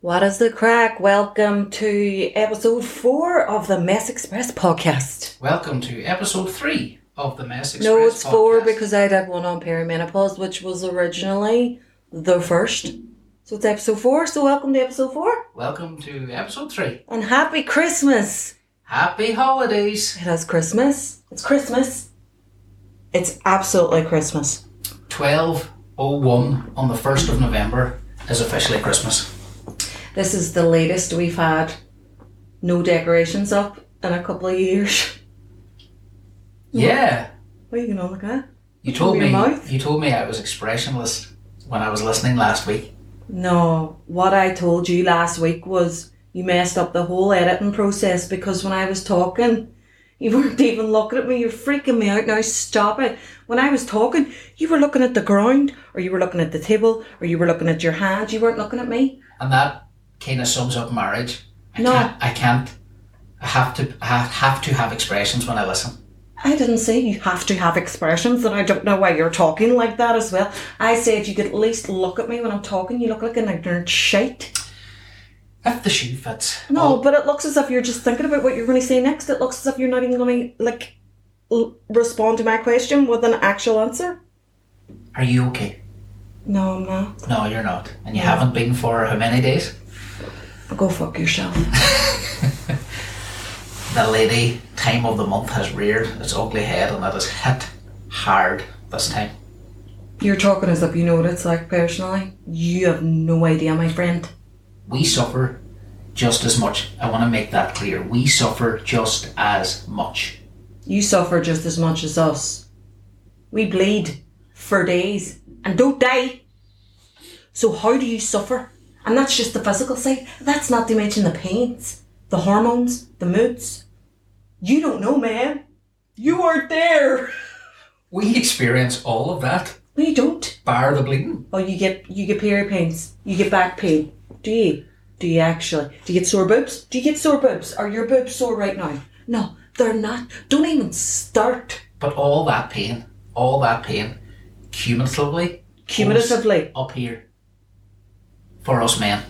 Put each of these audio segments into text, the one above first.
What is the crack? Welcome to episode four of the Mess Express podcast. Welcome to episode three of the Mass Express. no, it's four podcast. because I did one on perimenopause, which was originally the first. So it's episode four. So welcome to episode four Welcome to episode three. and happy Christmas. Happy holidays. It is Christmas. It's Christmas. It's absolutely Christmas. Twelve oh one on the first of November is officially Christmas. This is the latest we've had no decorations up in a couple of years. Yeah. What are you gonna look at? You told Your me mouth? you told me I was expressionless when I was listening last week. No, what I told you last week was you messed up the whole editing process because when I was talking, you weren't even looking at me. You're freaking me out now. Stop it. When I was talking, you were looking at the ground, or you were looking at the table, or you were looking at your hands. You weren't looking at me. And that kinda sums up marriage. I No. can't I can't I have to I have, have to have expressions when I listen. I didn't say you have to have expressions, and I don't know why you're talking like that as well. I say if you could at least look at me when I'm talking, you look like an ignorant shite. If the shoe fits. No, but it looks as if you're just thinking about what you're going to say next. It looks as if you're not even going to like l- respond to my question with an actual answer. Are you okay? No, I'm not. No, you're not. And you haven't been for how many days? Go fuck yourself. The lady time of the month has reared its ugly head and it has hit hard this time. You're talking as if you know what it's like personally. You have no idea, my friend. We suffer just as much. I want to make that clear. We suffer just as much. You suffer just as much as us. We bleed for days and don't die. So how do you suffer? And that's just the physical side. That's not to mention the pains, the hormones, the moods. You don't know, man. You aren't there. We experience all of that, No, you don't. bar the bleeding. Oh, you get you get period pains. You get back pain. Do you? Do you actually? Do you get sore boobs? Do you get sore boobs? Are your boobs sore right now? No, they're not. Don't even start. But all that pain, all that pain, cumulatively Cumulatively. up here for us men.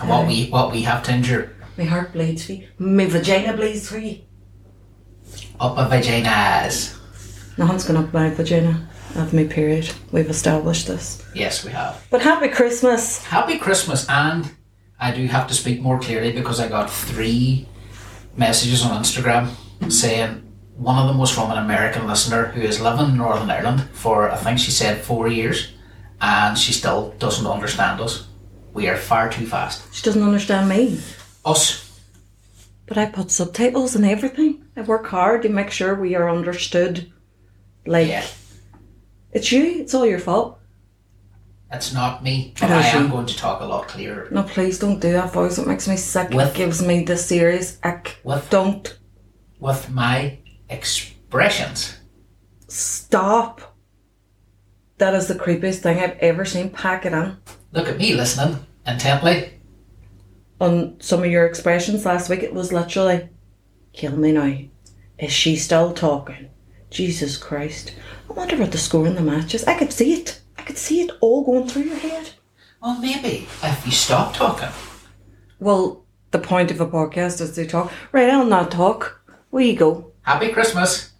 And what we what we have to endure My heart bleeds for you. My vagina bleeds for you. up a vaginas. Nothing's going up my vagina. I have my period. We've established this. Yes, we have. But happy Christmas. Happy Christmas, and I do have to speak more clearly because I got three messages on Instagram saying one of them was from an American listener who is living in Northern Ireland for I think she said four years, and she still doesn't understand us. We are far too fast. She doesn't understand me. Us, But I put subtitles and everything. I work hard to make sure we are understood. Like, yeah, it's you. It's all your fault. it's not me, but It I is am you. going to talk a lot clearer. No, please don't do that voice. It makes me sick. What? It gives me the serious ick. What? Don't With my expressions, stop. That is the creepiest thing I've ever seen. Pack it in. look at me listening intently. on some of your expressions last week, it was literally, kill me now. Is she still talking? Jesus Christ. I wonder what the score in the match is. I could see it. I could see it all going through your head. Well, maybe if you stop talking. Well, the point of a podcast is to talk. Right, I'll not talk. Where you go? Happy Christmas.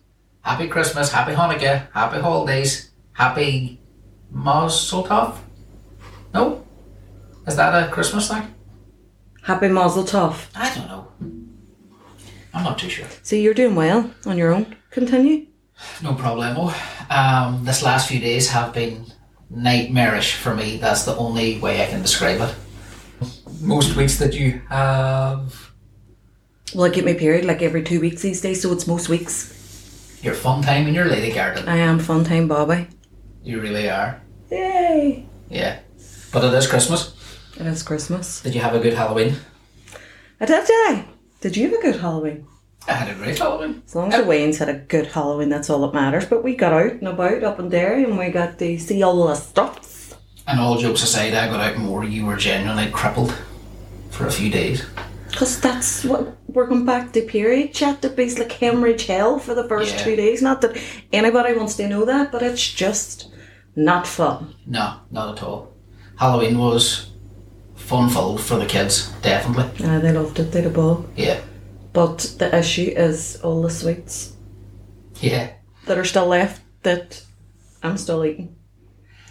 Happy Christmas. Happy Hanukkah. Happy holidays. Happy Mazel Tov. No? Is that a Christmas thing? Happy Mazel Tov. I don't know. I'm not too sure. See, you're doing well on your own. Continue. No problemo. Um, this last few days have been nightmarish for me. That's the only way I can describe it. Most weeks that you have Well, I get my period like every two weeks these days, so it's most weeks. your fun time in your lady garden. I am fun time, Bobby. You really are. Yay! Yeah. But it is Christmas. It is Christmas. Did you have a good Halloween? I did, did I? Did you have a good Halloween? I had a great Halloween. As long as the Waynes had a good Halloween, that's all that matters. But we got out and about up in Derry and we got to see all the stuff. And all jokes aside, I got out more. You were genuinely crippled for a few days. Because that's what we're going back to period chat that be's like hemorrhage hell for the first Yeah. two days. Not that anybody wants to know that, but it's just not fun. No, not at all. Halloween was fun fold for the kids, definitely. Uh, they loved it, they had a ball. Yeah, But the issue is all the sweets yeah, that are still left that I'm still eating.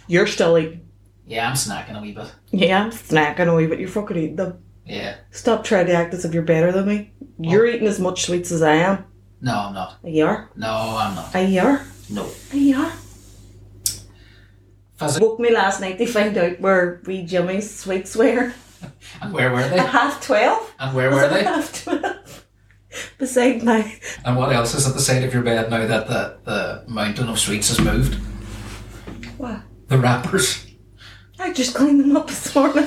You're still eating. yeah. I'm snacking a wee bit. Yeah, I'm snacking away, but you're fucking eating them. Yeah. Stop trying to act as if you're better than me. You're Oh. eating as much sweets as I am. No, I'm not. You are. No, I'm not. You are. No. You are. Fuzzy. Woke me last night to find out where wee Jimmy's sweets were. And where were At they? half twelve? And Uh, where were they? Half twelve. Beside my And what else is at the side of your bed now that the, the mountain of sweets has moved? What? The wrappers. I just cleaned them up this morning.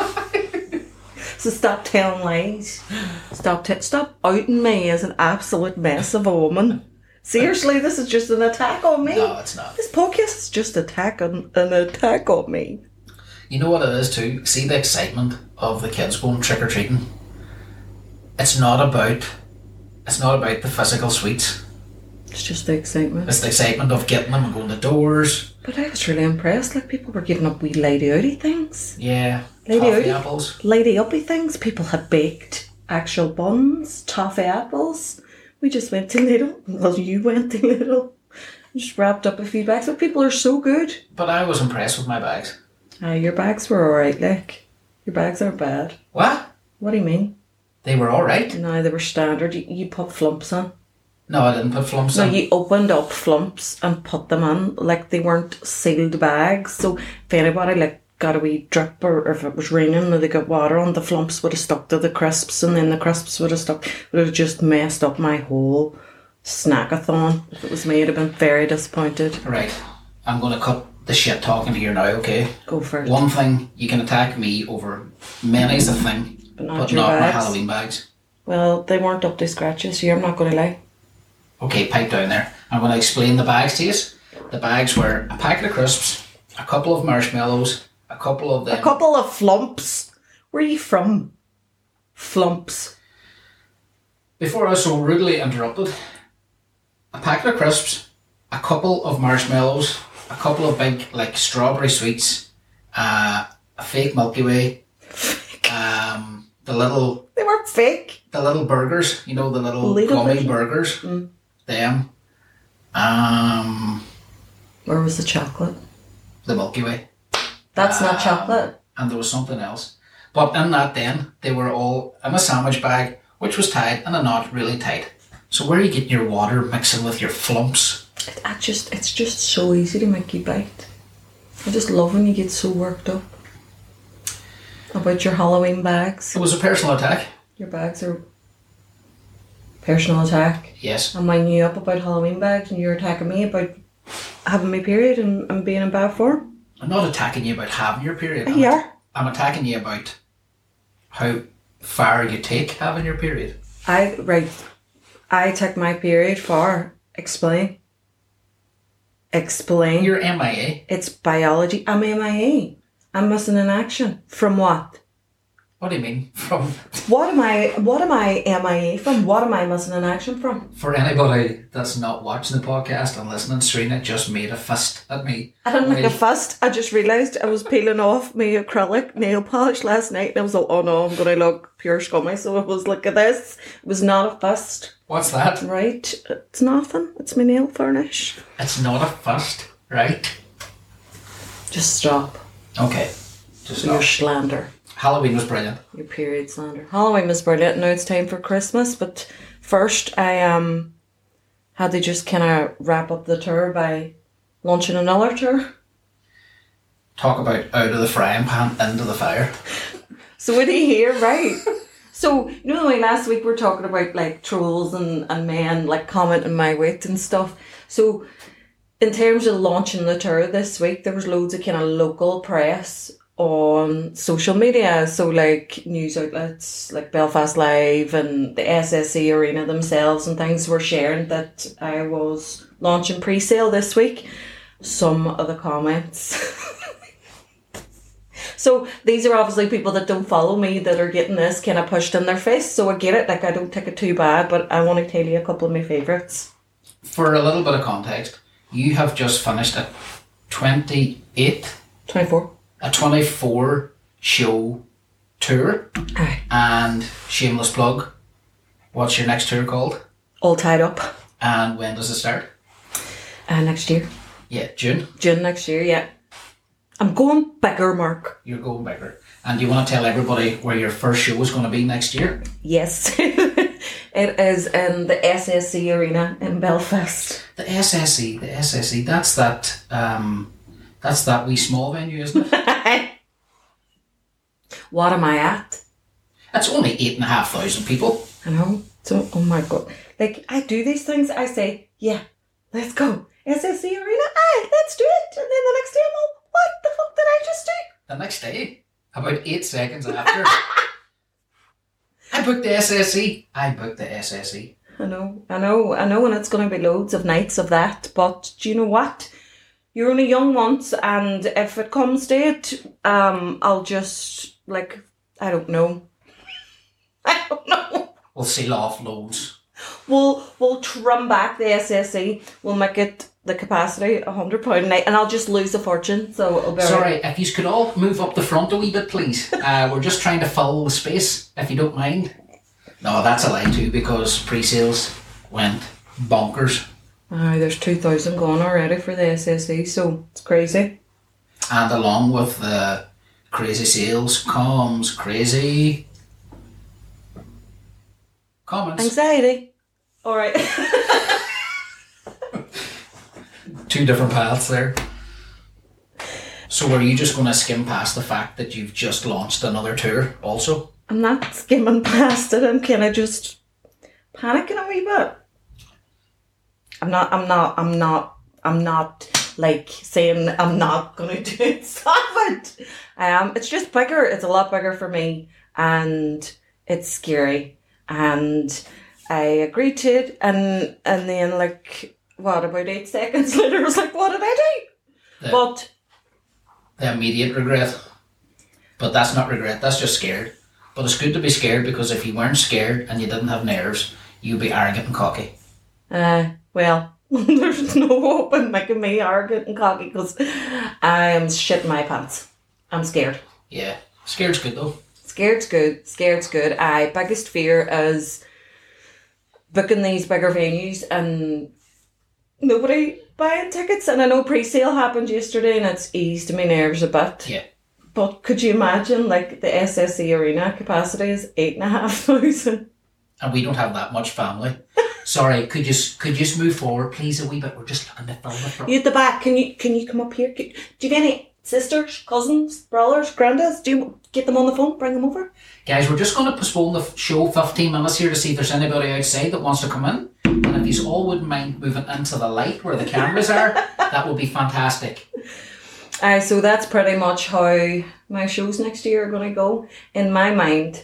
so stop telling lies. Stop t- stop outing me as an absolute mess of a woman. Seriously, this is just an attack on me. No, it's not. This podcast is just attack on, an attack on me. You know what it is too? See the excitement of the kids going trick or treating. It's not about it's not about the physical sweets. It's just the excitement. It's the excitement of getting them and going to doors. But I was really impressed. Like people were giving up wee lady outy things, Yeah. Lady Toffee Odie? apples. lady uppy things. People had baked actual buns, toffee apples. We just went to Lidl. Well, you went to Lidl. Just wrapped up a few bags. But people are so good. But I was impressed with my bags. Uh, your bags were alright, like. Your bags aren't bad. What? What do you mean? They were alright. No, they were standard. You, you put flumps on. No, I didn't put flumps So in. you opened up flumps and put them on, like they weren't sealed bags. So if anybody like got a wee drip or, or if it was raining or they got water on, the flumps would have stuck to the crisps and then the crisps would have stuck, would have just messed up my whole snackathon. If it was me, I'd have been very disappointed. Right. I'm gonna cut the shit talking here now, okay? Go for it. One thing you can attack me over many's the thing, But but not not, your my bags. Halloween bags. Well, they weren't up to scratch this year, I'm not going to lie. Okay, pipe down there. I'm going to explain the bags to you. The bags were a packet of crisps, a couple of marshmallows, a couple of them. A couple of flumps. Where are you from? Flumps. Before I was so rudely interrupted, a packet of crisps, a couple of marshmallows, a couple of big like strawberry sweets, uh, a fake Milky Way, um, the little They weren't fake. the little burgers, you know, the little, Little gummy burgers. Mm. burgers, them, um, Where was the chocolate? the Milky Way. That's not chocolate. and there was something else. But in that then, they were all in a sandwich bag, which was tied in a knot really tight. So where are you getting your water mixing with your flumps? It, I just, it's just so easy to make you bite. I just love when you get so worked up about your Halloween bags. It was a personal attack. Your bags are personal attack. Yes. And when you up about Halloween bags and you're attacking me about having my period and, and being in bad form. I'm not attacking you about having your period. I'm, Yeah. I'm attacking you about how far you take having your period. I right. I took my period for explain. Explain. You're MIA. it's biology. I'm MIA. I'm missing in action. From what? What do you mean? From What am I? What am I MIA from? What am I missing in action from? for anybody that's not watching the podcast and listening, Serena just made a fist at me. I didn't make a Right. fuss. I just realised I was peeling off my acrylic nail polish last night, and I was like, "Oh no, I'm gonna look pure scummy." So I was like, "At this, it was not a fuss, What's that? right? It's nothing. It's my nail varnish." It's not a fist, right? Just stop Okay. Just your stop. slander. Halloween was brilliant. Your period slander. Halloween was brilliant. Now it's time for Christmas, but first I um had to just kind of wrap up the tour by launching another tour. Talk about out of the frying pan into the fire. So what do you hear? Right. So you know the way last week we we're talking about like trolls and and men like commenting my weight and stuff. So in terms of launching the tour this week, there was loads of kind of local press on social media. So like news outlets like Belfast Live and the SSE Arena themselves and things were sharing that I was launching pre-sale this week. Some of the comments. So these are obviously people that don't follow me that are getting this kind of pushed in their face. So I get it. Like I don't take it too bad, but I want to tell you a couple of my favourites. For a little bit of context, you have just finished a 28, Twenty four. a 24 show tour. Aye. And shameless plug, what's your next tour called? All tied up. And when does it start? Uh, next year. Yeah, June. June next year, yeah. I'm going bigger, Mark. You're going bigger. And do you want to tell everybody where your first show is going to be next year? Yes. it is in the SSC Arena in Belfast. The SSE, the SSE. That's that. Um, that's that wee small venue, isn't it? What am I at? That's only eight and a half thousand people. I know. So, oh my god. Like, I do these things, I say, yeah, let's go. SSC Arena, aye, let's do it. And then the next day I'm all, what the fuck did I just do? The next day, about eight seconds after, I booked the SSE. I booked the E. SSE. I know, I know, I know, and it's going to be loads of nights of that. But do you know what? You're only young once, and if it comes to it, um, I'll just like I don't know. I don't know. We'll seal off loads. We'll we'll trim back the SSE. We'll make it the capacity a hundred pound a night, and I'll just lose a fortune. So it'll be all right. Sorry, if you could all move up the front a wee bit, please. Uh, we're just trying to fill the space, if you don't mind. No, that's a lie too, because pre-sales went bonkers, Aye, there's two thousand gone already for the SSE, so it's crazy. and along with the crazy sales comes crazy comments. Anxiety. All right. Two different paths there. So, are you just going to skim past the fact that you've just launched another tour? Also, I'm not skimming past it. I'm kind of just panicking a wee bit. I'm not. I'm not. I'm not. I'm not like saying I'm not gonna do it. Stop it. Um, it's just bigger. It's a lot bigger for me, and it's scary. And I agreed to it, and and then like what about eight seconds later, I was like, what did I do? Yeah. But the immediate regret. But that's not regret, that's just scared. But it's good to be scared because if you weren't scared and you didn't have nerves, you'd be arrogant and cocky. Uh, well, there's no hope in making me arrogant and cocky because I am shit my pants. I'm scared. Yeah. Scared's good though. Scared's good. Scared's good. I biggest fear is booking these bigger venues and nobody buying tickets. And I know pre-sale happened yesterday and it's eased my nerves a bit. Yeah. But could you imagine like the SSE arena capacity is eight and a half thousand? And we don't have that much family. Sorry, could you s- could you just move forward, please, a wee bit? We're just looking to fill the front. You at the back? Can you can you come up here? Can- Do you have any sisters, cousins, brothers, granddads? Do you get them on the phone? Bring them over. Guys, we're just going to postpone the f- show 15 minutes here to see if there's anybody outside that wants to come in. And if you all wouldn't mind moving into the light where the cameras are, that would be fantastic. Aye, so that's pretty much how my shows next year are going to go. In my mind,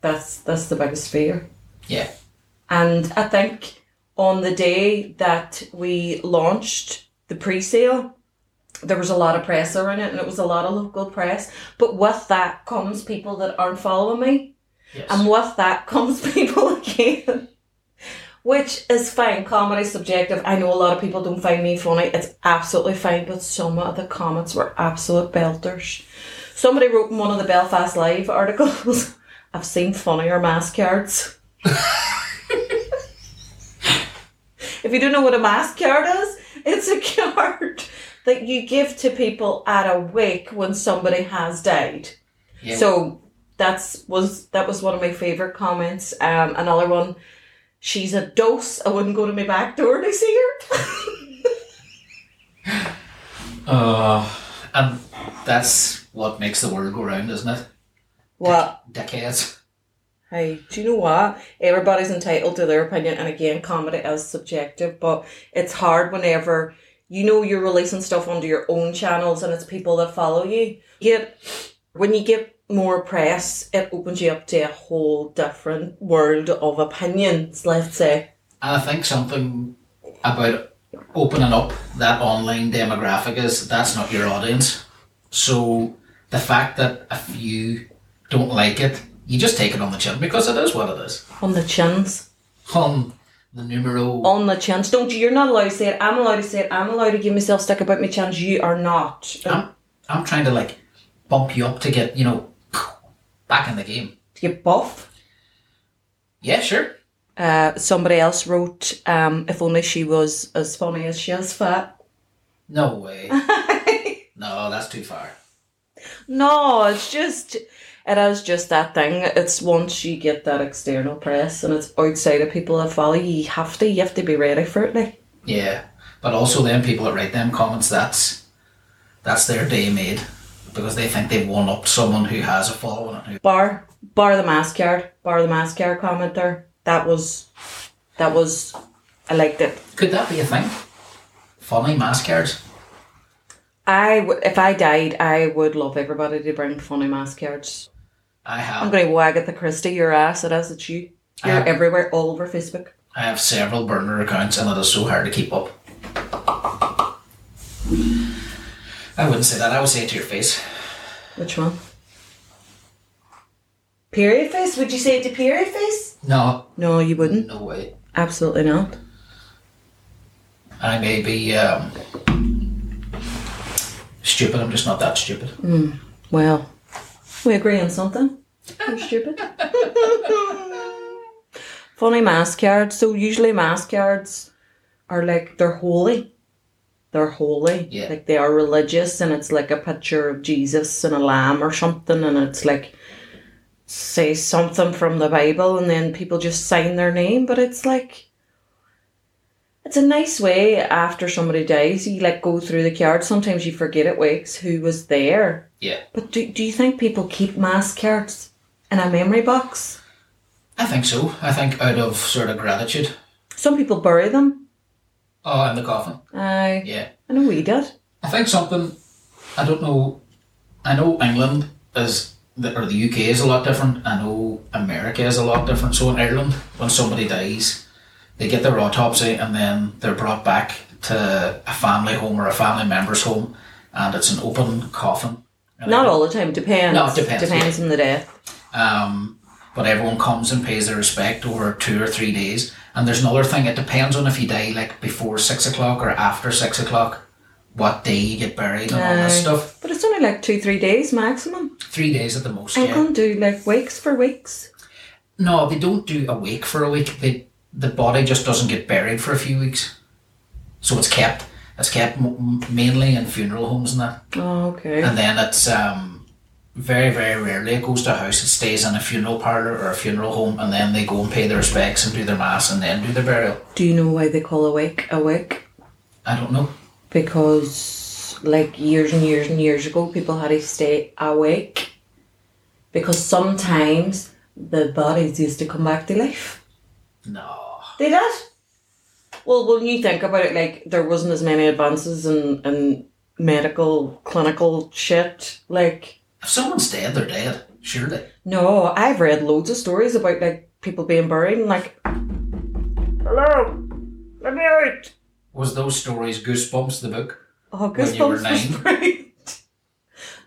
that's that's the biggest fear. Yeah. And I think on the day that we launched the pre sale, there was a lot of press around it and it was a lot of local press. But with that comes people that aren't following me. Yes. And with that comes people again. Which is fine. Comedy's subjective. I know a lot of people don't find me funny. It's absolutely fine, but some of the comments were absolute belters. Somebody wrote in one of the Belfast Live articles, I've seen funnier mask yards. if you don't know what a mask yard is, it's a card that you give to people at a wake when somebody has died. Yeah. So that's was that was one of my favorite comments. Um, another one, she's a dose. I wouldn't go to my back door to see her. Uh, and that's what makes the world go round, isn't it? what? Dickheads. Hey, do you know what? Everybody's entitled to their opinion, and again, comedy is subjective. But it's hard whenever you know you're releasing stuff onto your own channels, and it's people that follow you. Yet, when you get more press, it opens you up to a whole different world of opinions. Let's say. And I think something about opening up that online demographic is that's not your audience. So the fact that if you don't like it, you just take it on the chin because it is what it is. On the chins. On the numero. on the chance. Don't you? You're not allowed to say it. I'm allowed to say it. I'm allowed to give myself stick about my chance. You are not. Um, I'm, I'm trying to like bump you up to get, you know, back in the game. to get buff. Yeah, sure. Uh, somebody else wrote, um, if only she was as funny as she is fat. No way. no, that's too far. No, it's just, it is just that thing. It's once you get that external press and it's outside of people that follow you, you have to, you have to be ready for it. Like. Yeah, but also then people that write them comments, that's that's their day made because they think they've won up someone who has a following and who. Bar, bar the mask yard, bar the mask yard commenter. That was, that was, I liked it. Could that be a thing? Funny mascards. I, w- if I died, I would love everybody to bring funny mask yards. I I'm have going to wag at the Christie your ass. It is. It's you. You're Uh, everywhere, all over Facebook. I have several burner accounts and it is so hard to keep up. I wouldn't say that. I would say it to your face. Which one? Period face? Would you say it's a period face? No, No, you wouldn't. no way. Absolutely not. I may be um, stupid. I'm just not that stupid. Well, we agree on something. I'm stupid. Funny mask yards. So usually mask yards are like they're holy. They're holy. Yeah. Like they are religious and it's like a picture of Jesus and a lamb or something and it's like say something from the Bible and then people just sign their name, but it's like it's a nice way after somebody dies, you like go through the yard. Sometimes you forget it weeks who was there. Yeah, But do, do you think people keep mass cards in a memory box? I think so. I think out of sort of gratitude. Some people bury them. Oh, in the coffin. I Yeah. I know we did. I think something. I don't know. I know England is the, or the UK is a lot different. I know America is a lot different. So in Ireland, when somebody dies, they get their autopsy and then they're brought back to a family home or a family member's home, and it's an open coffin. And Not all the time. Depends. No, it depends, Depends on the death. um, but everyone comes and pays their respect over two or three days. And there's another thing, it depends on if you die like before six o'clock or after six o'clock, what day you get buried and all this Aye. stuff. But it's only like two, three days maximum. Three days at the most, I'm yeah. gonna do like weeks for weeks. No, they don't do a wake for a week. They, the body just doesn't get buried for a few weeks. So it's kept. It's kept m- m- mainly in funeral homes and that. Oh, okay. And then it's um, very, very rarely it goes to a house. It stays in a funeral parlour or a funeral home, and then they go and pay their respects and do their mass and then do their burial. do you know why they call a wake a wake? I don't know. Because like years and years and years ago, people had to stay awake because sometimes the bodies used to come back to life. No. They did. Well, when you think about it, like there wasn't as many advances in, in medical clinical shit. Like If someone's dead, they're dead. Surely. no, I've read loads of stories about like people being buried and like, hello, let me out. Was those stories goosebumps the book? Oh, When you were goosebumps was great.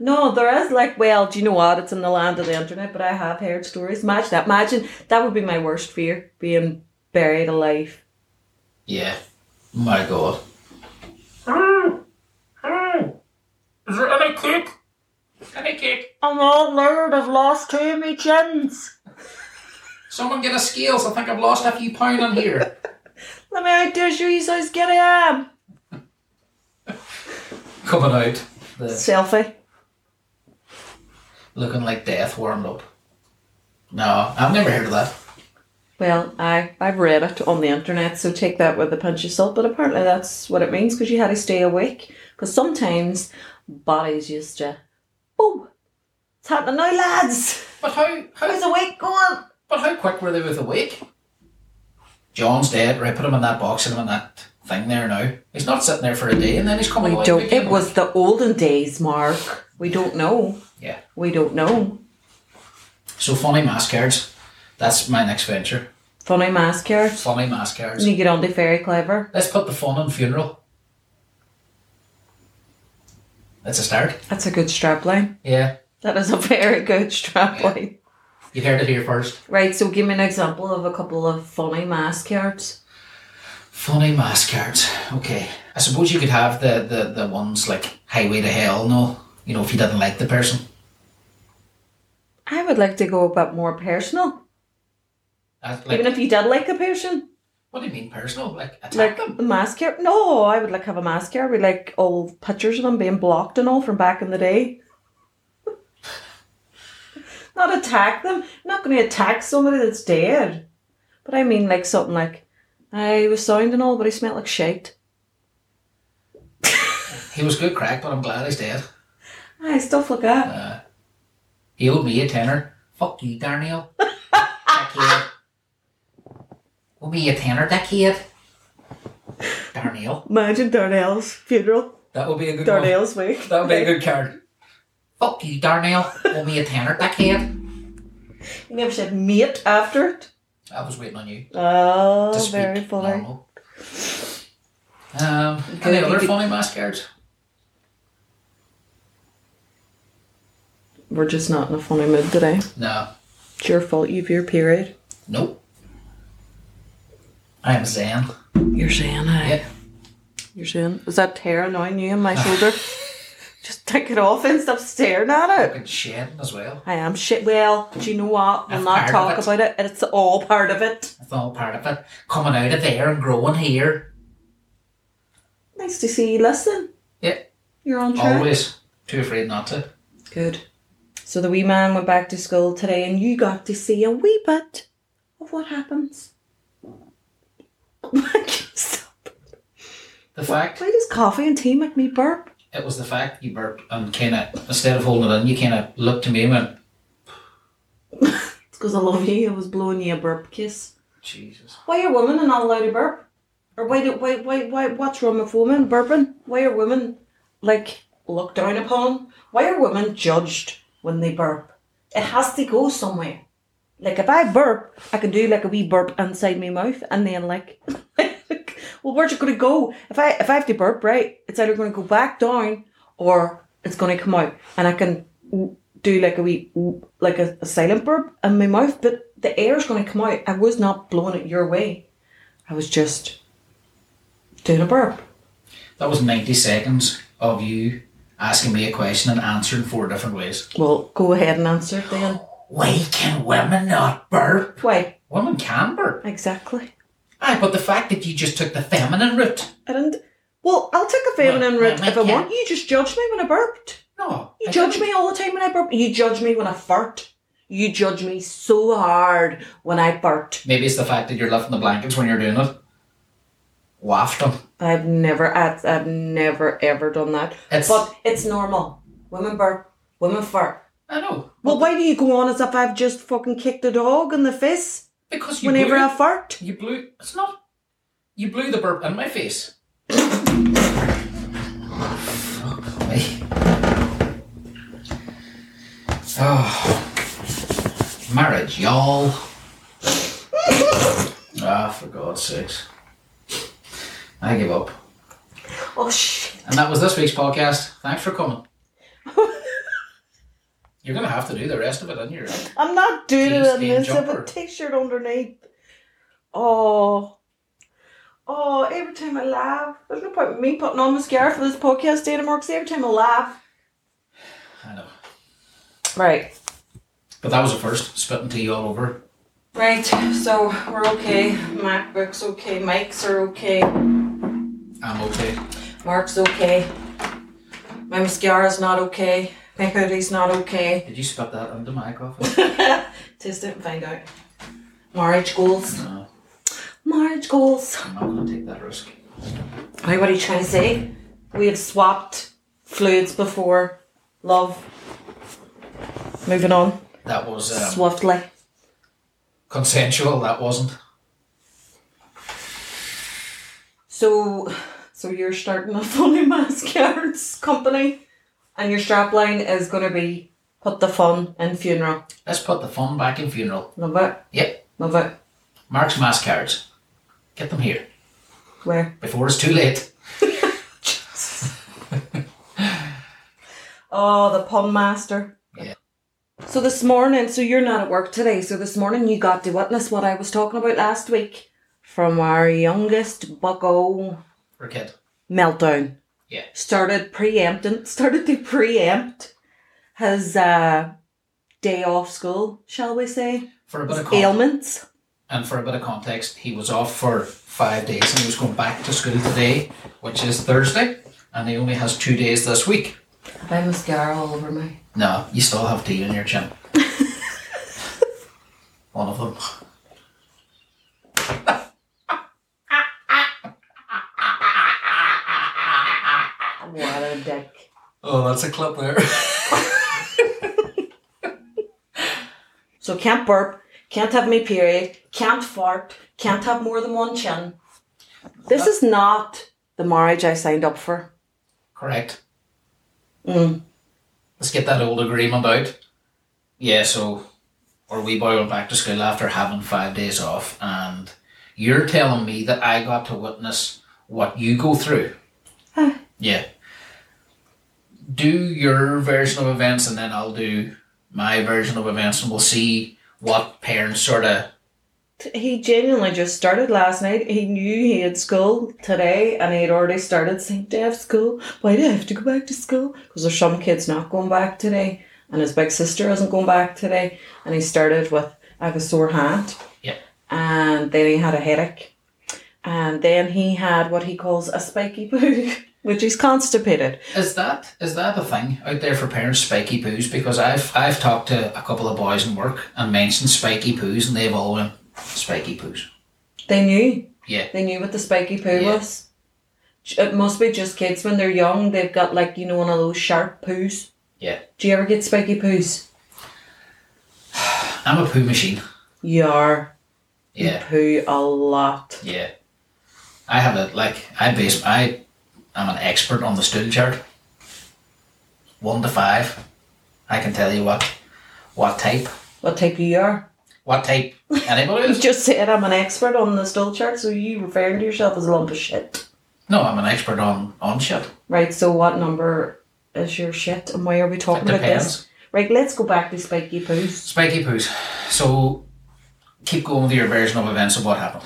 No, there is like, well, do you know what? It's in the land of the internet, but I have heard stories. Imagine that. Imagine that would be my worst fear: being buried alive. Yeah. My God. Hello. Hello. Hmm. Is there any cake? Any cake? I'm all lured. I've lost two of my chins. Someone get a scales. I think I've lost a few pound on here. Let me out there, show you how skinny I am. Coming out. The, Selfie. looking like death warmed up. No, I've never heard of that. Well, I, I've read it on the internet, so take that with a pinch of salt, but apparently that's what it means because you had to stay awake. Because sometimes bodies used to, oh, it's happening now, lads. But how, Who's how, awake going? but how quick were they with the wake? John's dead, right? Put him in that box, and him in that thing there now. He's not sitting there for a day and then he's coming We awake don't, again. it was the olden days, Mark. We don't know. Yeah. We don't know. So funny mask cards. That's my next venture. Funny mask here. Funny mask cards. You get on to Fairy Clever. Let's put the fun on funeral. That's a start. That's a good strapline. Yeah. That is a very good strapline. You heard it here first. Right, so give me an example of a couple of funny mask yards. Funny mask cards. Okay. I suppose you could have the, the, the ones like Highway to Hell, no? You know, if you didn't like the person. I would like to go a bit more personal. That's like, Even if you did like a person, what do you mean personal? Like attack like them? the mask here. No, I would like have a mask here. We like old pictures of him being blocked and all from back in the day. not attack them. I'm not going to attack somebody that's dead. But I mean, like something like, I was sound and all, but he smelled like shite. He was good crack, but I'm glad he's dead. Aye, stuff like that. Uh, he owed me a tenner. Fuck you, Darnell. dickhead. Owe me a tenner, dickhead. Darnell. Imagine Darnell's funeral. That would be a good one. Darnell's wake. That would be a good card. Fuck you, Darnell. Owe me a tenner, dickhead. You never said mate after it. I was waiting on you. Oh, to speak very funny. normal. Um, Okay, any you other could- funny mask cards? We're just not in a funny mood today. No. It's your fault. You've your period. Nope. I am Zen. You're saying I. Yeah. You're saying is that tear annoying you in my shoulder? just take it off and stop staring at it. Fucking shedding as well. I am shit. Well, do you know what? We'll That's not part of talk it. about it. It's all part of it. That's all part of it. Coming out of there and growing here. Nice to see you. Listen, Yeah. you're on track. Always. Too afraid not to. Good. So the wee man went back to school today, and you got to see a wee bit of what happens. Why The fact does coffee and tea make me burp? it was the fact you burped and kinda instead of holding it in, you kinda looked to me and went, It's because I love you. I was blowing you a burp kiss. Jesus. Why are women not allowed to burp? Or why do why why why what's wrong with women burping? Why are women like looked down upon? Why are women judged when they burp? It has to go somewhere. Like if I burp, I can do like a wee burp inside my mouth and then like well where's it gonna go? If I if I have to burp, right, it's either gonna go back down or it's gonna come out and I can do like a wee like a, a silent burp in my mouth, but the air's going to come out. I was not blowing it your way. I was just doing a burp. That was ninety seconds of you asking me a question and answering four different ways. Well, go ahead and answer it then. Why can women not burp? Why Women can burp. exactly? Aye, but the fact that you just took the feminine route. I didn't. Well, I'll take a feminine Right, route right, if I yeah. want. You just judge me when I burped. No. You I judge didn't. me all the time when I burp. You judge me when I fart. You judge me so hard when I burped. Maybe it's the fact that you're lifting the blankets when you're doing it. Waft them. I've never, I've, I've never ever done that. It's- but it's normal. Women burp. Women fart. I know. Well, why do you go on as if I've just fucking kicked a dog in the face Because you whenever blew, I fart? you blew it's not you blew the burp in my face. Fuck me. Oh marriage, y'all. ah, for God's sakes. I give up. Oh shit! And that was this week's podcast. Thanks for coming. You're going to have to do the rest of it on your own. I'm not doing Please it in stay this. I have jumper. a t-shirt underneath. Oh, oh! Every time I laugh, there's no point in me putting on mascara for this podcast anymore. Because every time I laugh, I know. right, But that was the first. Spitting tea all over. right. So we're okay. MacBooks okay. Mics are okay. I'm okay. Mark's okay. My mascara's not okay. My hoodie's not okay. Did you spit that under my coffee? Test it and find out. Marriage goals. no, Marriage goals. I'm not going to take that risk. Wait, what are you trying to say? We have swapped fluids before. Love. Moving on. That was um, Swiftly. consensual. That wasn't. So, so you're starting a funny mascaras company, and your strapline is going to be put the fun in funeral. Let's put the fun back in funeral. Love it. Yep. Love it. Mark's mask cards. Get them here Where? before it's too late. Oh, the pun master. Yeah. So this morning, so you're not at work today. So this morning you got to witness what I was talking about last week from our youngest bucko For a kid. meltdown. Yeah. Started preempting, started to preempt his uh, day off school, shall we say? For a bit of con- Ailments. and for a bit of context, he was off for five days and he was going back to school today, which is Thursday, and he only has two days this week. Have I mascara all over my? No, you still have tea in your chin. One of them. What a dick. Oh, that's a clip there. So can't burp, can't have my period, can't fart, can't have more than one chin. This is not the marriage I signed up for. Correct. Hmm. Mm. Let's get that old agreement out. Yeah, so or we boy went back to school after having five days off and you're telling me that I got to witness what you go through. Huh. Yeah. Do your version of events and then I'll do my version of events and we'll see what parents sort of He genuinely just started last night. He knew he had school today and he had already started saying, Do I have school? Why do I have to go back to school? Because there's some kids not going back today and his big sister isn't going back today. And he started with, I have a sore hand. Yeah. And then he had a headache. And then he had what he calls a spiky poo, which he's constipated. Is that is that a thing out there for parents spiky poos? Because I've I've talked to a couple of boys in work and mentioned spiky poos, and they've all went spiky poos. They knew. Yeah. They knew what the spiky poo Yeah. was. It must be just kids when they're young, they've got like, you know, one of those sharp poos. Yeah, Do you ever get spiky poos? I'm a poo machine. Yar. Yeah, You poo a lot. yeah. I have a like I base I am an expert on the stool chart. One to five, I can tell you what what type What type of you are? what type anybody You is. just said I'm an expert on the stool chart, so you referring to yourself as a lump of shit. No, I'm an expert on on shit. Right, so what number is your shit and why are we It talking about depends. this? Right, let's go back to spiky poos. Spiky poos. So keep going with your version of events of what happened.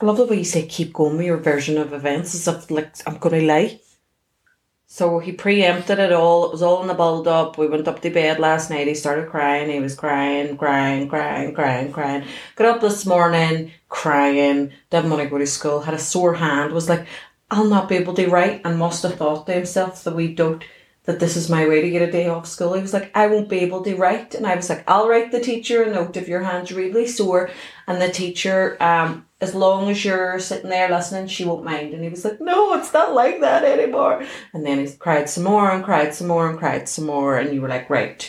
I love the way you say keep going with your version of events as if like I'm gonna lie. So he preempted it all, it was all in the build up. We went up to bed last night, he started crying, he was crying, crying, crying, crying, crying. Got up this morning, crying, didn't want to go to school, had a sore hand, was like, I'll not be able to write and must have thought to himself that we don't that this is my way to get a day off school. He was like, I won't be able to write. And I was like, I'll write the teacher a note if your hand's really sore. And the teacher, um, as long as you're sitting there listening, she won't mind. And he was like, No, it's not like that anymore. And then he cried some more and cried some more and cried some more. And you were like, Right,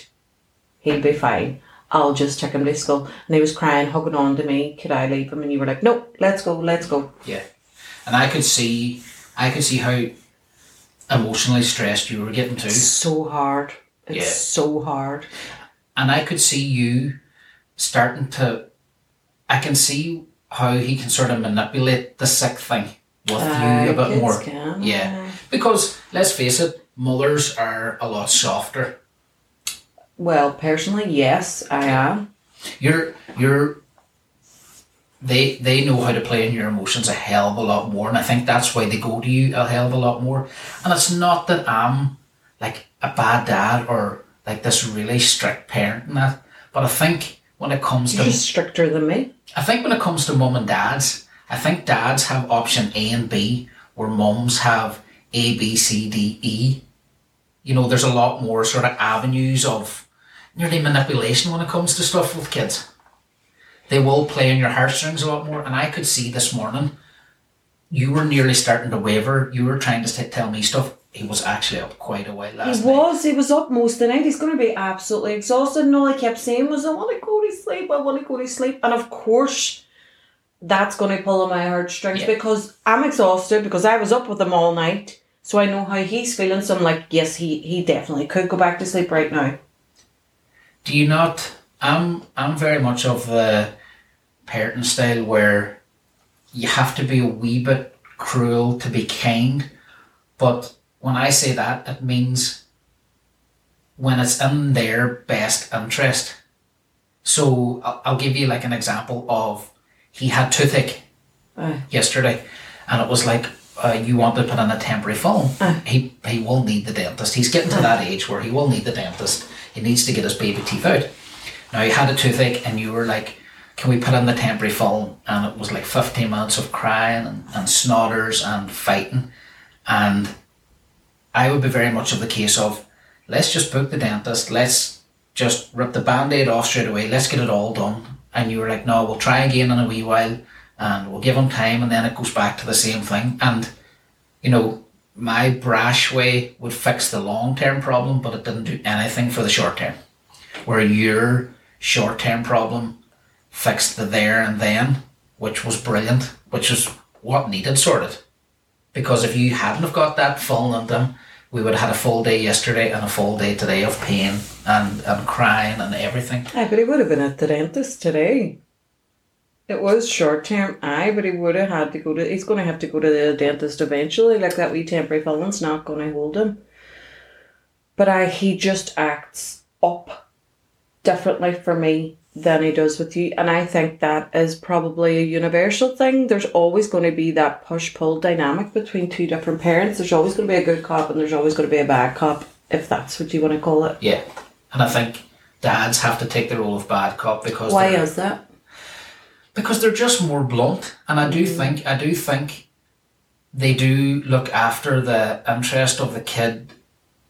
he'll be fine. I'll just check him to school. And he was crying, hugging on to me. Could I leave him? And you were like, Nope, let's go, let's go. Yeah, and I could see, I could see how emotionally stressed you were getting It's too, so hard. It's Yeah. so hard. and I could see you starting to. I can see how he can sort of manipulate the sick thing with you a Uh, bit kids more. can, Yeah, because let's face it, mothers are a lot softer. Well, personally, yes, I am. You're you're. They they know how to play in your emotions a hell of a lot more, and I think that's why they go to you a hell of a lot more. And it's not that I'm like a bad dad or like this really strict parent and that, but I think when it comes to You're just stricter than me. I think when it comes to mum and dads, I think dads have option A and B, where mums have A, B, C, D, E. You know, there's a lot more sort of avenues of nearly manipulation when it comes to stuff with kids. They will play on your heartstrings a lot more, and I could see this morning you were nearly starting to waver. You were trying to t- tell me stuff. He was actually up quite a while last He night. was. He was up most of the night. He's going to be absolutely exhausted. And all I kept saying was, I want to go to sleep. I want to go to sleep. And of course, that's going to pull on my heartstrings Yeah. because I'm exhausted because I was up with him all night. So I know how he's feeling. So I'm like, yes, he, he definitely could go back to sleep right now. do you not i'm i'm very much of the parenting style where you have to be a wee bit cruel to be kind but when i say that it means when it's in their best interest so i'll, I'll give you like an example of he had toothache Aye. yesterday and it was like uh, you want to put in a temporary phone. Aye. He he will need the dentist. He's getting to that age where he will need the dentist. He needs to get his baby teeth out. Now you had a toothache and you were like, can we put in the temporary film? And it was like 15 minutes of crying and, and snotters and fighting. And I would be very much of the case of, let's just book the dentist, let's just rip the band-aid off straight away, let's get it all done. And you were like, no, we'll try again in a wee while and we'll give them time and then it goes back to the same thing. And, you know, my brash way would fix the long term problem, but it didn't do anything for the short term. Where your short term problem fixed the there and then, which was brilliant, which was what needed sorted. Because if you hadn't have got that full in them, we would have had a full day yesterday and a full day today of pain and, and crying and everything. Aye, but he would have been at the dentist today. It was short term, aye, but he would have had to go to. He's going to have to go to the dentist eventually. Like that wee temporary filling's not going to hold him. But I, he just acts up differently for me than he does with you, and I think that is probably a universal thing. There's always going to be that push pull dynamic between two different parents. There's always going to be a good cop, and there's always going to be a bad cop, if that's what you want to call it. Yeah. And I think dads have to take the role of bad cop because Why they're- is that? because they're just more blunt and i do think i do think they do look after the interest of the kid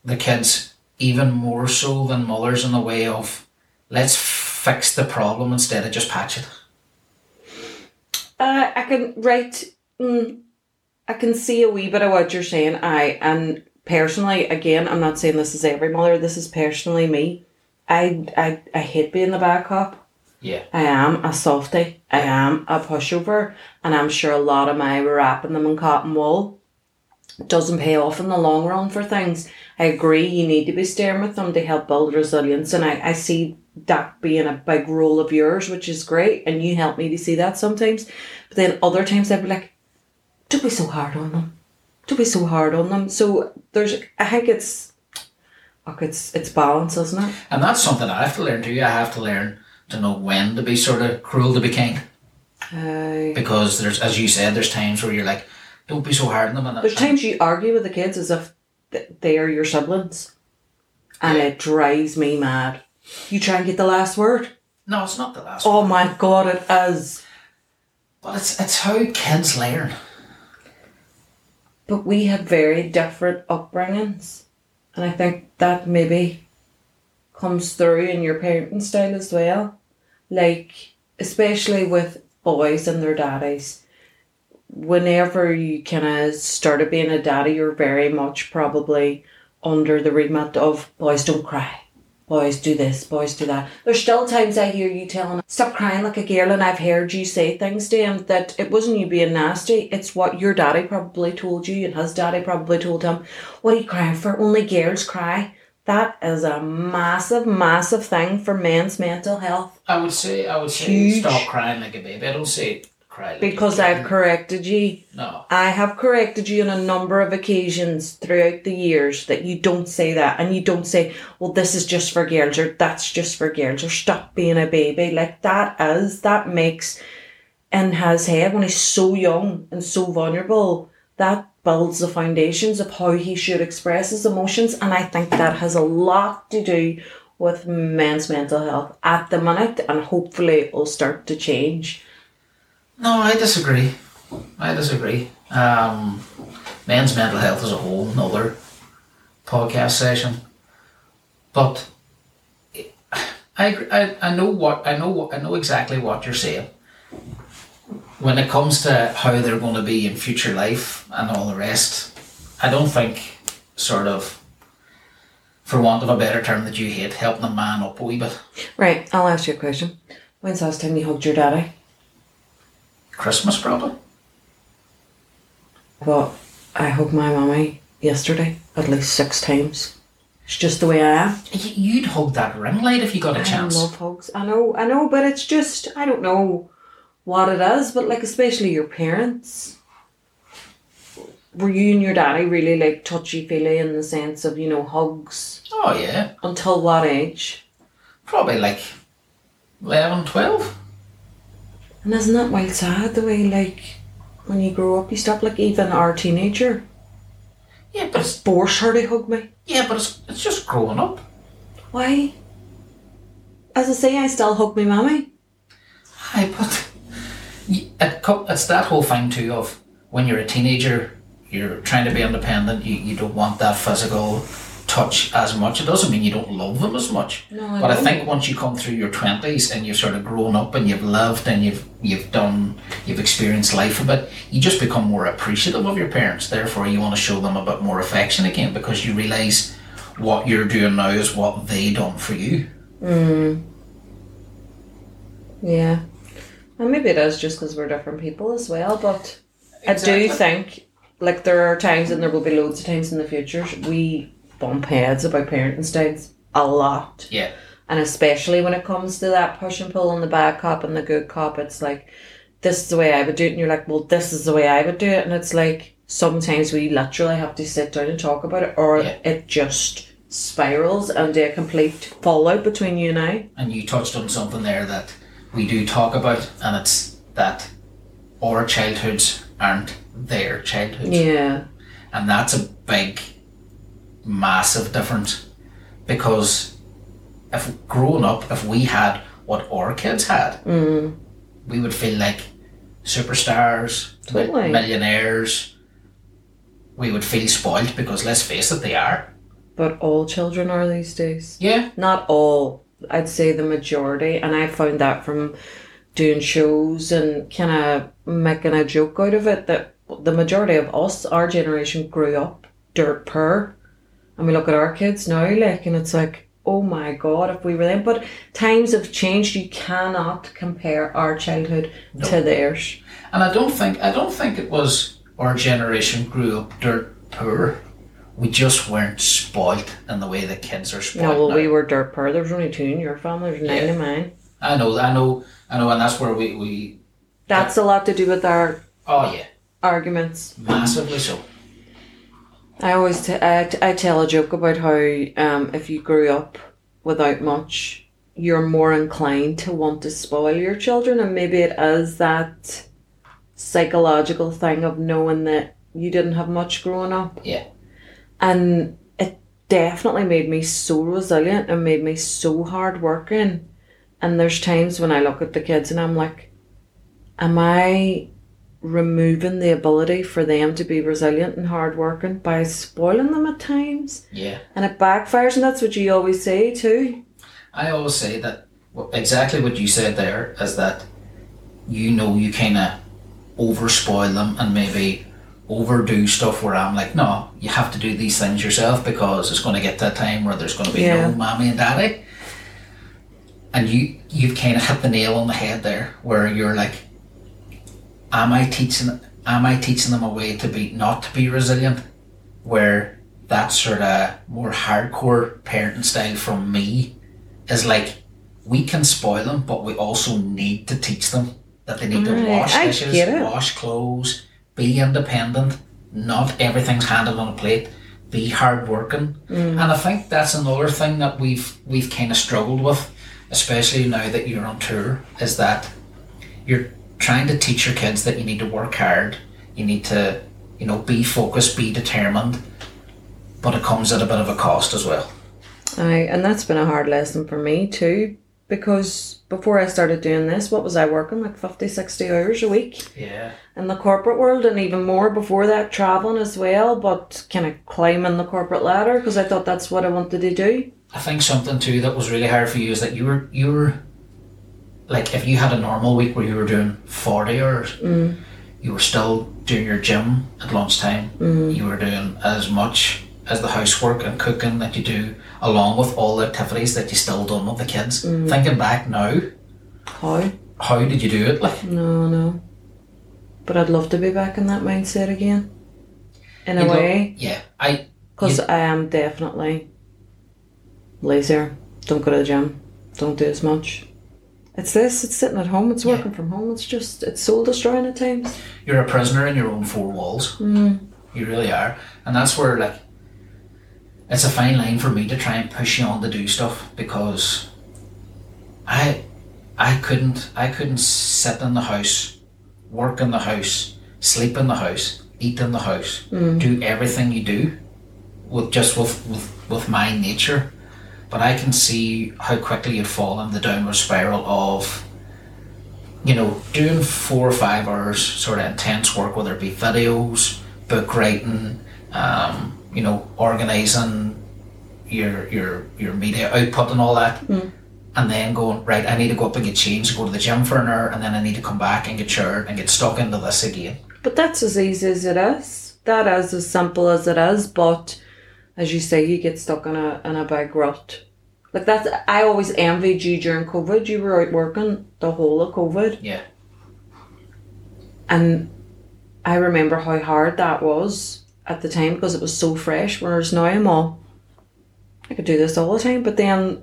the kids even more so than mothers in the way of let's fix the problem instead of just patch it Uh, I can right. Mm, I can see a wee bit of what you're saying. I and personally, again, I'm not saying this is every mother. This is personally me. I I I hate being the bad cop. yeah I am a softie. I am a pushover, and I'm sure a lot of my wrapping them in cotton wool doesn't pay off in the long run for things. I agree, you need to be stern with them to help build resilience, and I, I see that being a big role of yours, which is great, and you help me to see that sometimes. But then other times I'd be like, don't be so hard on them. Don't be so hard on them. So there's, I think it's, look, it's it's balance, isn't it? and that's something i have to learn too i have to learn to know when to be sort of cruel to be kind Aye. because there's as you said there's times where you're like don't be so hard on them and There's times you argue with the kids as if th- they are your siblings, and it drives me mad. You try and get the last word. no it's not the last Oh my god, it is. but it's it's how kids learn But we had very different upbringings, and I think that maybe comes through in your parenting style as well. Like, especially with boys and their daddies, whenever you kind of started being a daddy, you're very much probably under the remit of boys don't cry, boys do this, boys do that. There's still times I hear you telling stop crying like a girl, and I've heard you say things to him that it wasn't you being nasty, it's what your daddy probably told you, and his daddy probably told him, What are you crying for? Only girls cry. That is a massive, massive thing for men's mental health I would say I would say Huge. stop crying like a baby. I don't say cry like because a baby. I've corrected you. no. I have corrected you on a number of occasions throughout the years that you don't say that and you don't say, well, this is just for girls or that's just for girls or stop being a baby. Like that is, that makes in his head when he's so young and so vulnerable, that builds the foundations of how he should express his emotions. And I think that has a lot to do with men's mental health at the minute and hopefully it will start to change. No, I disagree. I disagree. Um, men's mental health is a whole nother podcast session. But I, agree- I I know what I know what I know exactly what you're saying. When it comes to how they're going to be in future life and all the rest, I don't think sort of, for want of a better term that you hate, helping a man up a wee bit. Right, I'll ask you a question. When's the last time you hugged your daddy? Christmas probably. But I hugged my mummy yesterday at least six times. It's just the way I am. Y- You'd hug that ring light if you got a chance. I love hugs. I know, I know, but it's just I don't know what it is. But like, especially your parents. Were you and your daddy really like touchy feely in the sense of you know hugs oh yeah, until what age? probably like 11, 12. And isn't that wild sad the way like when you grow up you stop like even our teenager Yeah, but it's, force her to hug me. yeah, but it's, it's just growing up. Why? as I say, I still hug my mammy. Aye, but y- it, co- it's that whole thing too of when you're a teenager, you're trying to be independent. You, you don't want that physical touch as much. It doesn't mean you don't love them as much. No, I but I don't. think once you come through your twenties and you've sort of grown up and you've lived and you've you've done you've experienced life a bit, you just become more appreciative of your parents. Therefore, you want to show them a bit more affection again because you realise what you're doing now is what they done for you. Yeah. And maybe it is just because we're different people as well, but I Exactly. do think, like, there are times and there will be loads of times in the future we bump heads about parenting styles a lot. Yeah. And especially when it comes to that push and pull on the bad cop and the good cop, it's like, this is the way I would do it. And you're like, well, this is the way I would do it. And it's like, sometimes we literally have to sit down and talk about it, or Yeah. it just spirals and a complete fallout between you and I. and you touched on something there that we do talk about, and it's that our childhoods aren't their childhoods, Yeah. and that's a big, massive difference because if growing up, if we had what our kids had, Mm. we would feel like superstars, mi- Totally. millionaires. We would feel spoiled because let's face it, they are. But all children are these days. Yeah, Not all. I'd say the majority. And I found that from doing shows and kind of making a joke out of it that the majority of us, our generation, grew up dirt poor. And we look at our kids now, like, and it's like, oh my God, if we were them. But times have changed. You cannot compare our childhood to theirs. And I don't think I don't think it was our generation grew up dirt poor. We just weren't spoilt in the way that kids are spoiled. No, well, now. we were dirt poor. There was only two in your family, there was nine in mine. I know, I know, I know, and that's where we, we That's a lot to do with our oh yeah, arguments. massively so. I always t- I, t- I tell a joke about how um, if you grew up without much, you're more inclined to want to spoil your children, and maybe it is that psychological thing of knowing that you didn't have much growing up. Yeah. and it definitely made me so resilient and made me so hardworking. And there's times when I look at the kids and I'm like, am I removing the ability for them to be resilient and hardworking by spoiling them at times, Yeah. and it backfires, and that's what you always say too. I always say that wh- exactly what you said there is that you know you kind of overspoil them and maybe overdo stuff where I'm like, no, you have to do these things yourself because it's going to get to a time where there's going to be Yeah. no mommy and daddy. And you you've kind of hit the nail on the head there where you're like, am I teaching am I teaching them a way to be not to be resilient? Where that sort of more hardcore parenting style from me is like we can spoil them, but we also need to teach them that they need Right, to wash I dishes, get it. wash clothes, be independent. Not everything's handed on a plate. Be hardworking, Mm. and I think that's another thing that we've we've kind of struggled with, especially now that you're on tour, is that you're trying to teach your kids that you need to work hard, you need to, you know, be focused, be determined, but it comes at a bit of a cost as well. Aye, and that's been a hard lesson for me too, because before I started doing this, what was I working like 50, 60 hours a week? Yeah. in the corporate world and even more before that traveling as well but kind of climbing the corporate ladder because i thought that's what i wanted to do I think something too that was really hard for you is that you were you were like if you had a normal week where you were doing forty hours, you were still doing your gym at lunchtime. You were doing as much as the housework and cooking that you do, along with all the activities that you still done with the kids. Thinking back now, how how did you do it? Like no no but i'd love to be back in that mindset again in a you know- way yeah, I Because I am um, definitely lazier. Don't go to the gym. Don't do as much. It's this. It's sitting at home. It's working from home. It's just it's soul destroying at times. you're a prisoner in your own four walls. Hmm. You really are, and that's where like it's a fine line for me to try and push you on to do stuff because I I couldn't I couldn't sit in the house, work in the house, sleep in the house, eat in the Hmm. house, do everything you do with just with with, with my nature but I can see how quickly you'd fall in the downward spiral of, you know, doing four or five hours sort of intense work, whether it be videos, book writing, um, you know, organising your your your media output and all that, and then going right. I need to go up and get changed, go to the gym for an hour, and then I need to come back and get showered and get stuck into this again. But that's as easy as it is. That is as simple as it is. But as you say, you get stuck in a in a big rut. Like that's I always envied you during COVID. You were out working the whole of COVID, Yeah, and I remember how hard that was at the time because it was so fresh. Whereas now I'm all, I could do this all the time. But then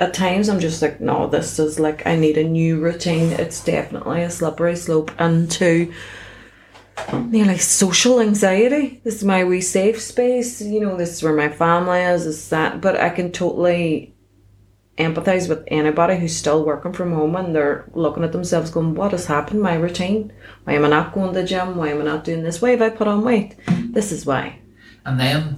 at times I'm just like, no, this is like I need a new routine. It's definitely a slippery slope into nearly social anxiety. This is my wee safe space. You know, this is where my family is. Is that? But I can totally empathize with anybody who's still working from home and they're looking at themselves, going, "What has happened? My routine? Why am I not going to the gym? Why am I not doing this? Why have I put on weight? This is why." and then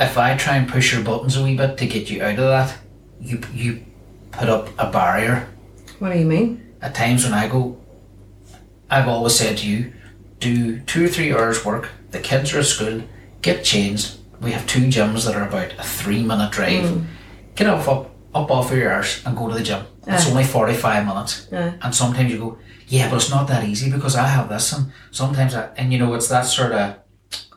if I try and push your buttons a wee bit to get you out of that, you you put up a barrier What do you mean? at times when I go, I've always said to you, do two or three hours work, the kids are at school, get changed. We have two gyms that are about a three minute drive. Get off up, up off of your arse and go to the gym. It's only 45 minutes. Aye. And sometimes you go, yeah, but it's not that easy because I have this and sometimes I, and you know, it's that sort of,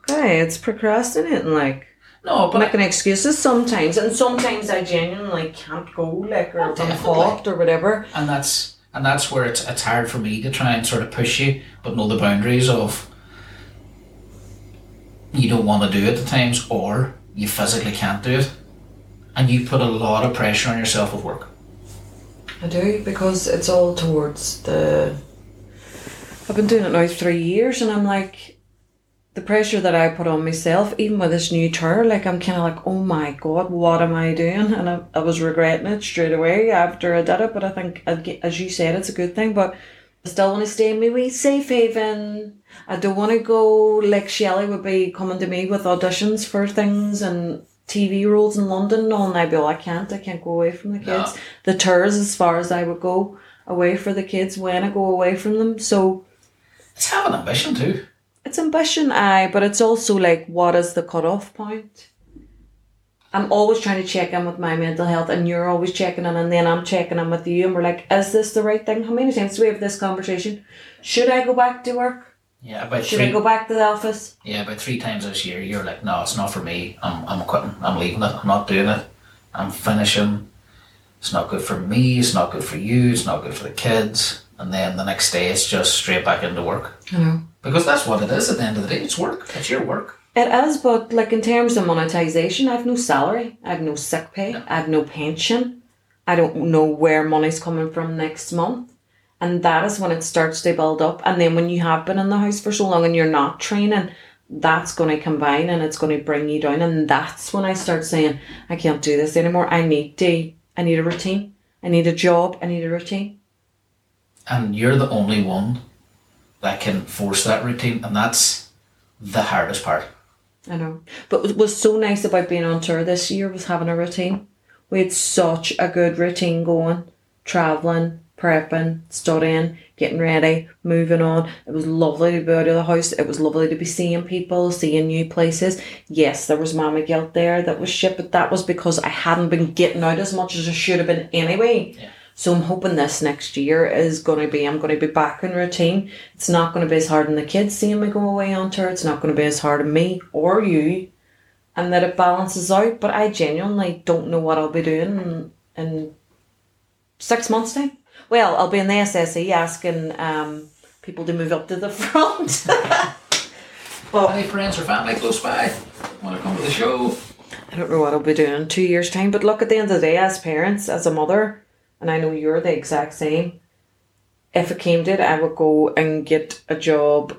Hey, it's procrastinating, like. no, but making excuses sometimes, and sometimes I genuinely can't go, like, or I'm definitely. fucked or whatever. and that's and that's where it's it's hard for me to try and sort of push you, but know the boundaries of you don't want to do it at times, or you physically can't do it, and you put a lot of pressure on yourself with work. I do because it's all towards the. I've been doing it now three years, and I'm like, the pressure that I put on myself, even with this new tour, like I'm kind of like, oh my god, what am I doing? And I, I was regretting it straight away after I did it. But I think, I'd get- as you said, it's a good thing. But I still want to stay in my wee safe haven. I don't want to go like Shelley would be coming to me with auditions for things and TV roles in London and all, and I'd be like, I can't, I can't go away from the No. kids. The tours as far as I would go away for the kids when I go away from them. So It's having ambition too. it's ambition, aye, but it's also like, what is the cutoff point? I'm always trying to check in with my mental health, and you're always checking in, and then I'm checking in with you, and we're like, is this the right thing? How many times do we have this conversation? Should I go back to work? Yeah, about Should I three. go back to the office? Yeah, about three times this year, you're like, no, it's not for me. I'm I'm quitting. I'm leaving it. I'm not doing it. I'm finishing. It's not good for me. It's not good for you. It's not good for the kids. And then the next day, it's just straight back into work. I know. Because that's what it is at the end of the day. It's work. It's your work. It is, but like in terms of monetization, I've no salary, I've no sick pay, I've no pension. I don't know where money's coming from next month. And that is when it starts to build up. And then when you have been in the house for so long and you're not training, that's going to combine and it's going to bring you down. And that's when I start saying, I can't do this anymore. I need to, I need a routine. I need a job. I need a routine. And you're the only one that can force that routine. And that's the hardest part. I know. But what was so nice about being on tour this year was having a routine. We had such a good routine going. Travelling, prepping, studying, getting ready, moving on. It was lovely to be out of the house. It was lovely to be seeing people, seeing new places. Yes, there was mama guilt there that was shit, but that was because I hadn't been getting out as much as I should have been anyway. So I'm hoping this next year is going to be, I'm going to be back in routine. It's not going to be as hard on the kids seeing me go away on tour. It's not going to be as hard on me or you. And that it balances out. But I genuinely don't know what I'll be doing in, in six months' time. Well, I'll be in the SSE asking um, people to move up to the front. Any friends or family close by want to come to the show? I don't know what I'll be doing in two years' time, but look, at the end of the day, as parents, as a mother, and I know you're the exact same, if it came to it, I would go and get a job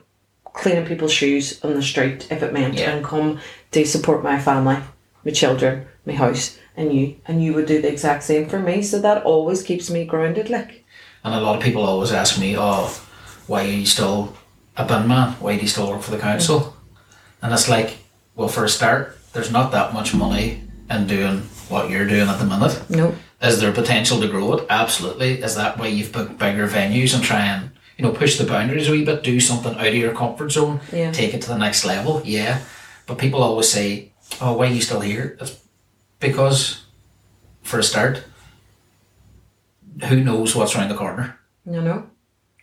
cleaning people's shoes on the street if it meant Yeah. and come to support my family, my children, my house, and you. And you would do the exact same for me, so that always keeps me grounded, like. And a lot of people always ask me, oh, why are you still a bin man? Why do you still work for the council? And it's like, well, for a start, there's not that much money in doing what you're doing at the minute? No. Is there potential to grow it? Absolutely. Is that why you've booked bigger venues and try and you know push the boundaries a wee bit, do something out of your comfort zone, Yeah. take it to the next level? Yeah. But people always say, "Oh, why are you still here?" It's because, for a start, who knows what's around the corner, No, no.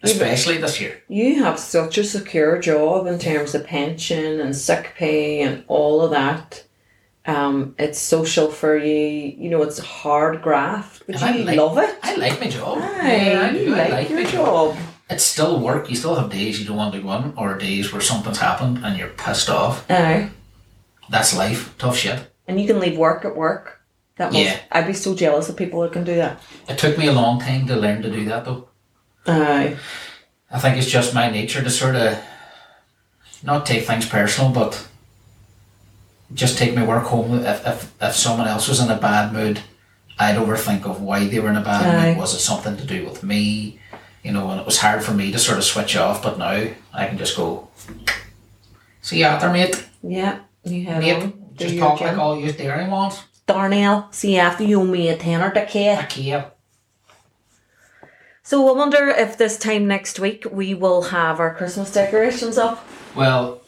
especially this year. You have such a secure job in terms of pension and sick pay and all of that. Um, it's social for you. You know, it's hard graft, but And I you like- love it. I like my job. Aye, Yeah, I do. you I like, like your my job. job. It's still work. You still have days you don't want to go on, or days where something's happened and you're pissed off. Aye. That's life. Tough shit. Uh, and you can leave work at work. That must, Yeah. I'd be so jealous of people that can do that. It took me a long time to learn to do that though. Aye. I think it's just my nature to sort of not take things personal, but just take my work home. If, if, if someone else was in a bad mood, I'd overthink of why they were in a bad Aye. mood. Was it something to do with me? You know, and it was hard for me to sort of switch off, but now I can just go, see you out there, mate. yeah, Oh, you head Mate, on. Do just your talk job. like all you daring want. Darnell, see you after you owe me a tenner, dickhead. I care. So I wonder if this time next week we will have our Christmas decorations up. Well,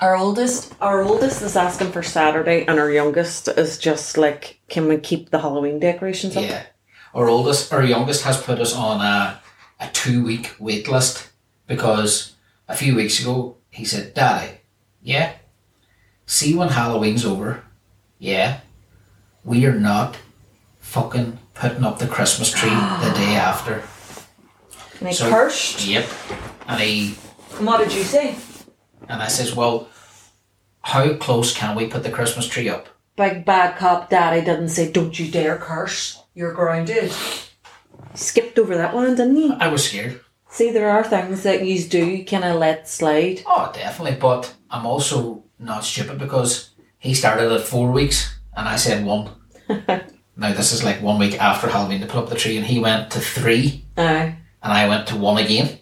Our oldest, our oldest is asking for Saturday, and our youngest is just like, can we keep the Halloween decorations up? Yeah. Our oldest, our youngest has put us on a, a two week wait list because a few weeks ago he said, Daddy, yeah, see when Halloween's over, yeah, we are not fucking putting up the Christmas tree the day after. And I So- cursed. Yep. And he, And what did you say? and I says, Well, how close can we put the Christmas tree up? Big bad cop daddy didn't say, don't you dare curse. You're grounded. Skipped over that one, didn't he? I was scared. See, there are things that you do kind of let slide. Oh, definitely. But I'm also not stupid because he started at four weeks and I said one. now, this is like one week after Halloween to put up the tree, and he went to three Aye. and I went to one again.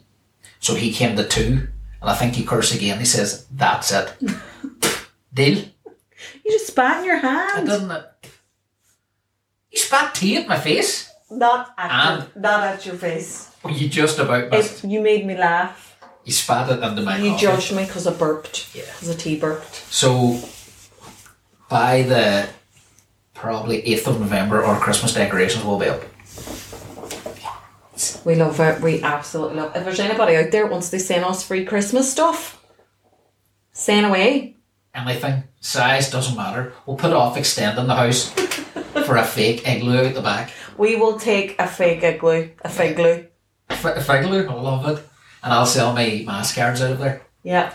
So he came to two, and I think he cursed again. He says, That's it. Deal. You just spat in your It hand. doesn't. It? You spat tea at my face? Not your- not at your face. Well, you just about missed. If you made me laugh. You spat it under my You coffee. judged me because I burped. oh. Yeah. Because I tea burped. So by the probably 8th of November, our Christmas decorations will be up. We love it. We absolutely love it. If there's anybody out there wants to send us free Christmas stuff, send away. Anything, size doesn't matter. We'll put off extending the house for a fake igloo at the back. We will take a fake igloo. A fig glue. F- a fig igloo, I love it. And I'll sell my mask cards out of there. Yeah.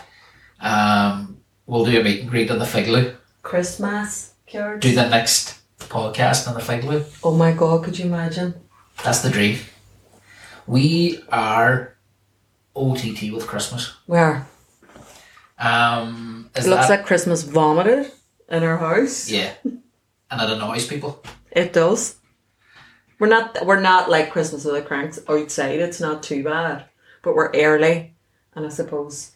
Um, we'll do a meet and greet in the fig igloo. Christmas cards. Do the next podcast in the fig igloo. Oh my god, could you imagine? That's the dream. We are OTT with Christmas. Where? Um, is It looks that- like Christmas vomited in our house. Yeah. And it annoys people. It does. We're not we're not like Christmas with the cranks outside. It's not too bad, but we're early, and I suppose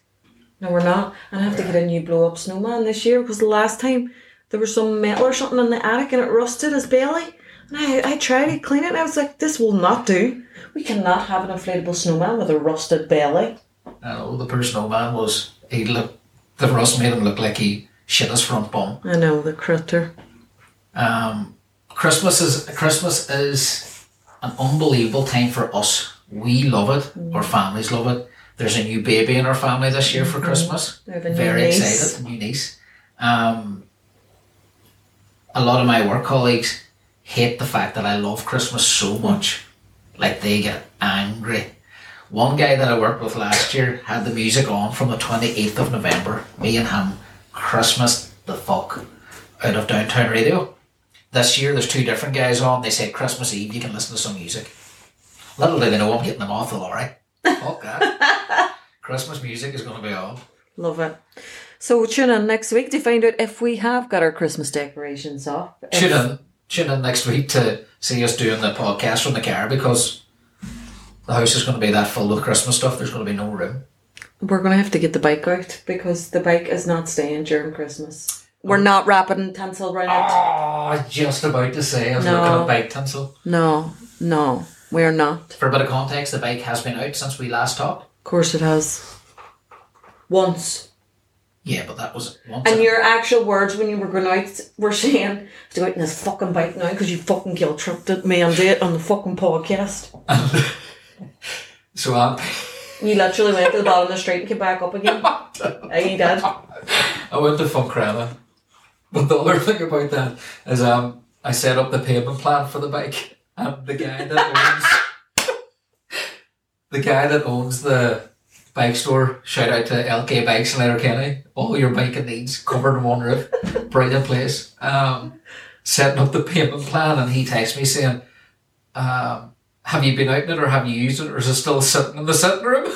no, we're not. And I have to get a new blow up snowman this year because the last time there was some metal or something in the attic and it rusted his belly. And I, I tried to clean it and I was like, this will not do. We cannot have an inflatable snowman with a rusted belly. I know the personal man was he looked the rust made him look like he shit his front bum. I know the critter. Um, Christmas is Christmas is an unbelievable time for us. We love it. Mm. Our families love it. There's a new baby in our family this year for Christmas. Mm-hmm. We have a new Very niece. excited, new niece. Um, a lot of my work colleagues hate the fact that I love Christmas so much. Like they get angry. One guy that I worked with last year had the music on from the 28th of November. Me and him, Christmas the fuck, out of downtown radio. This year there's two different guys on. They said Christmas Eve you can listen to some music. Little do they know I'm getting them off the lorry. Fuck that. Christmas music is going to be on. Love it. So tune in next week to find out if we have got our Christmas decorations up. If- Tune in, tune in next week to see us doing the podcast from the car because the house is going to be that full with Christmas stuff. There's going to be no room. We're going to have to get the bike out because the bike is not staying during Christmas. We're not wrapping tinsel around it. Oh, I was just about to say, I was looking No. at bike tinsel. No, no, we're not. For a bit of context, the bike has been out since we last talked. Of course it has. Once. Yeah, but that was once. And a- your actual words when you were going out were saying, to go out in this fucking bike now because you fucking guilt tripped at me and it on the fucking podcast. so I'm, You literally went to the bottom of the street and came back up again. Aye, you did. I went to Funkrella. But the other thing about that is um, I set up the payment plan for the bike. And the guy that owns the guy that owns the bike store, shout out to LK Bikes in Letterkenny. All your biking needs covered in one roof. Brilliant place. Um, setting up the payment plan and he texts me saying, um, have you been out in it or have you used it or is it still sitting in the sitting room?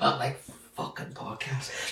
I'm like, fucking podcast.